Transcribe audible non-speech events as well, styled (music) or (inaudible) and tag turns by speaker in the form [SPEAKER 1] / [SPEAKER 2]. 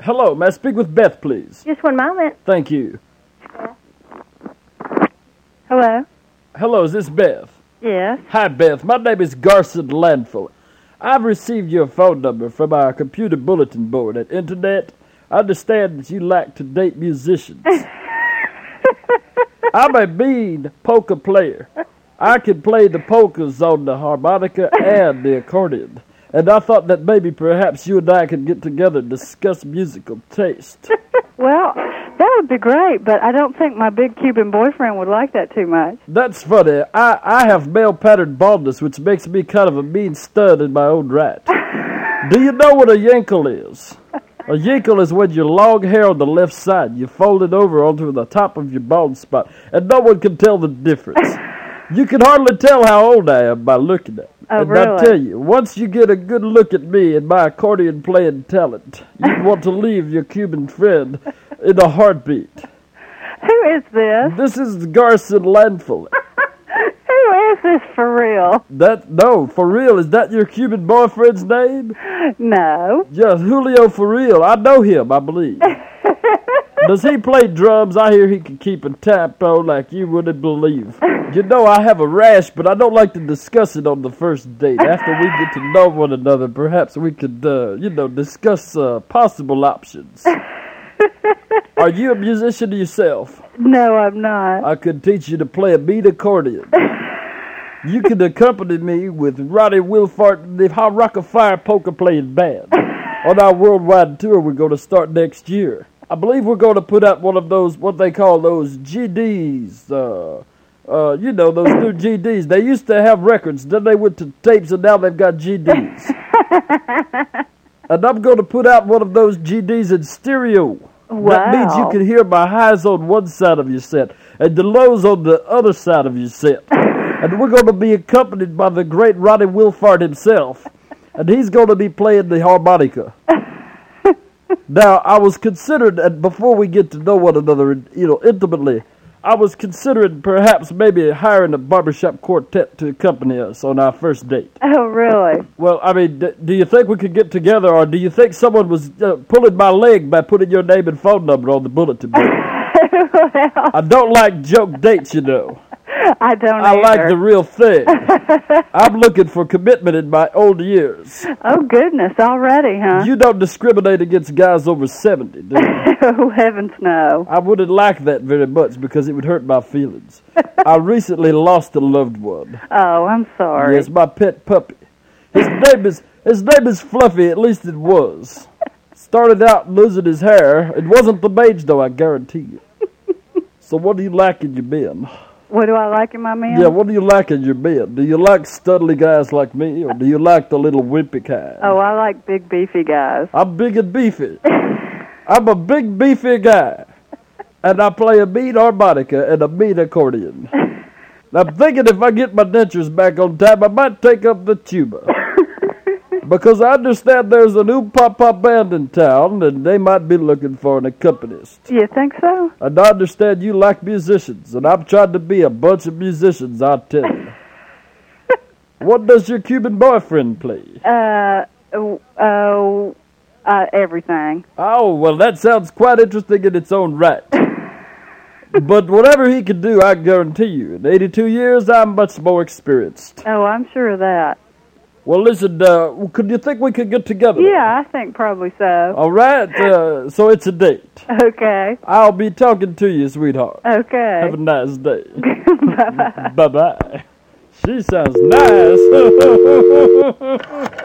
[SPEAKER 1] Hello, may I speak with Beth, please?
[SPEAKER 2] Just one moment.
[SPEAKER 1] Thank you.
[SPEAKER 2] Hello?
[SPEAKER 1] Hello, is this Beth?
[SPEAKER 2] Yes.
[SPEAKER 1] Hi, Beth. My name is Garson Landful. I've received your phone number from our computer bulletin board at Internet. I understand that you like to date musicians. I'm a mean poker player. I can play the polkas on the harmonica and the accordion. And I thought that maybe perhaps you and I could get together and discuss musical taste.
[SPEAKER 2] Well, that would be great, but I don't think my big Cuban boyfriend would like that too much.
[SPEAKER 1] That's funny. I, I have male pattern baldness, which makes me kind of a mean stud in my own right. Do you know what a yinkle is? A yinkle is when your long hair on the left side, you fold it over onto the top of your bald spot, and no one can tell the difference. You can hardly tell how old I am by looking at me.
[SPEAKER 2] Oh,
[SPEAKER 1] and I
[SPEAKER 2] really?
[SPEAKER 1] tell you, once you get a good look at me and my accordion playing talent,
[SPEAKER 2] (laughs)
[SPEAKER 1] you'd want to leave your Cuban friend in a heartbeat.
[SPEAKER 2] Who is this?
[SPEAKER 1] This is Garson Landful.
[SPEAKER 2] Who is this for real?
[SPEAKER 1] That no, for real, is that your Cuban boyfriend's name?
[SPEAKER 2] No.
[SPEAKER 1] Yes, Julio for real. I know him, I believe. Does he play drums? I hear he can keep a tempo like you wouldn't believe. You know I have a rash, but I don't like to discuss it on the first date. After we get to know one another, perhaps we could, uh, you know, discuss uh, possible options. Are you a musician yourself?
[SPEAKER 2] No, I'm not.
[SPEAKER 1] I could teach you to play a beat accordion. You could accompany me with Roddy Wilfart and the Hot Rock of Fire Poker Playing Band. On our worldwide tour we're going to start next year. I believe we're going to put out one of those, what they call those GDs. Uh, uh, you know, those new GDs. They used to have records, then they went to tapes, and now they've got GDs. and I'm going to put out one of those GDs in stereo. That means you
[SPEAKER 2] Wow.
[SPEAKER 1] can hear my highs on one side of your set and the lows on the other side of your set. and we're going to be accompanied by the great Roddy Wilfart himself. And he's going to be playing the harmonica. Now, I was considered, and before we get to know one another, you know, intimately, I was considering perhaps maybe hiring a barbershop quartet to accompany us on our first date.
[SPEAKER 2] Oh, really?
[SPEAKER 1] Well, I mean, d- do you think we could get together, or do you think someone was uh, pulling my leg by putting your name and phone number on the bulletin board?
[SPEAKER 2] well,
[SPEAKER 1] I don't like joke dates, you know.
[SPEAKER 2] I don't
[SPEAKER 1] I like
[SPEAKER 2] either.
[SPEAKER 1] the real thing. I'm looking for commitment in my old years.
[SPEAKER 2] Oh, goodness, already, huh?
[SPEAKER 1] You don't discriminate against guys over 70, do you?
[SPEAKER 2] (laughs) oh, heavens no.
[SPEAKER 1] I wouldn't like that very much because it would hurt my feelings. I recently lost a loved one.
[SPEAKER 2] Oh, I'm sorry.
[SPEAKER 1] Yes, my pet puppy. His name is his name is Fluffy. At least it was. Started out losing his hair. It wasn't the mange though. I guarantee you. So what do you like in your men?
[SPEAKER 2] What do I like in my men?
[SPEAKER 1] Yeah, what do you like in your men? Do you like studly guys like me, or do you like the little wimpy kind?
[SPEAKER 2] Oh, I like big, beefy guys.
[SPEAKER 1] I'm big and beefy. I'm a big beefy guy. And I play a mean harmonica and a mean accordion. And I'm thinking if I get my dentures back on time, I might take up the tuba. Because I understand there's a new pop pop band in town and they might be looking for an accompanist.
[SPEAKER 2] You think so?
[SPEAKER 1] And I understand you like musicians, and I'm trying to be a bunch of musicians, I tell you. What does your Cuban boyfriend play?
[SPEAKER 2] Uh, oh, oh, uh, everything.
[SPEAKER 1] Oh, well, that sounds quite interesting in its own right. but whatever he can do, I guarantee you, in 82 years, I'm much more experienced.
[SPEAKER 2] Oh, I'm sure of that.
[SPEAKER 1] Well, listen, uh, could you think we could get together?
[SPEAKER 2] Yeah, I think probably so.
[SPEAKER 1] All right, uh, so it's a date.
[SPEAKER 2] Okay.
[SPEAKER 1] I'll be talking to you, sweetheart.
[SPEAKER 2] Okay.
[SPEAKER 1] Have a nice day. (laughs) Bye bye. She sounds nice.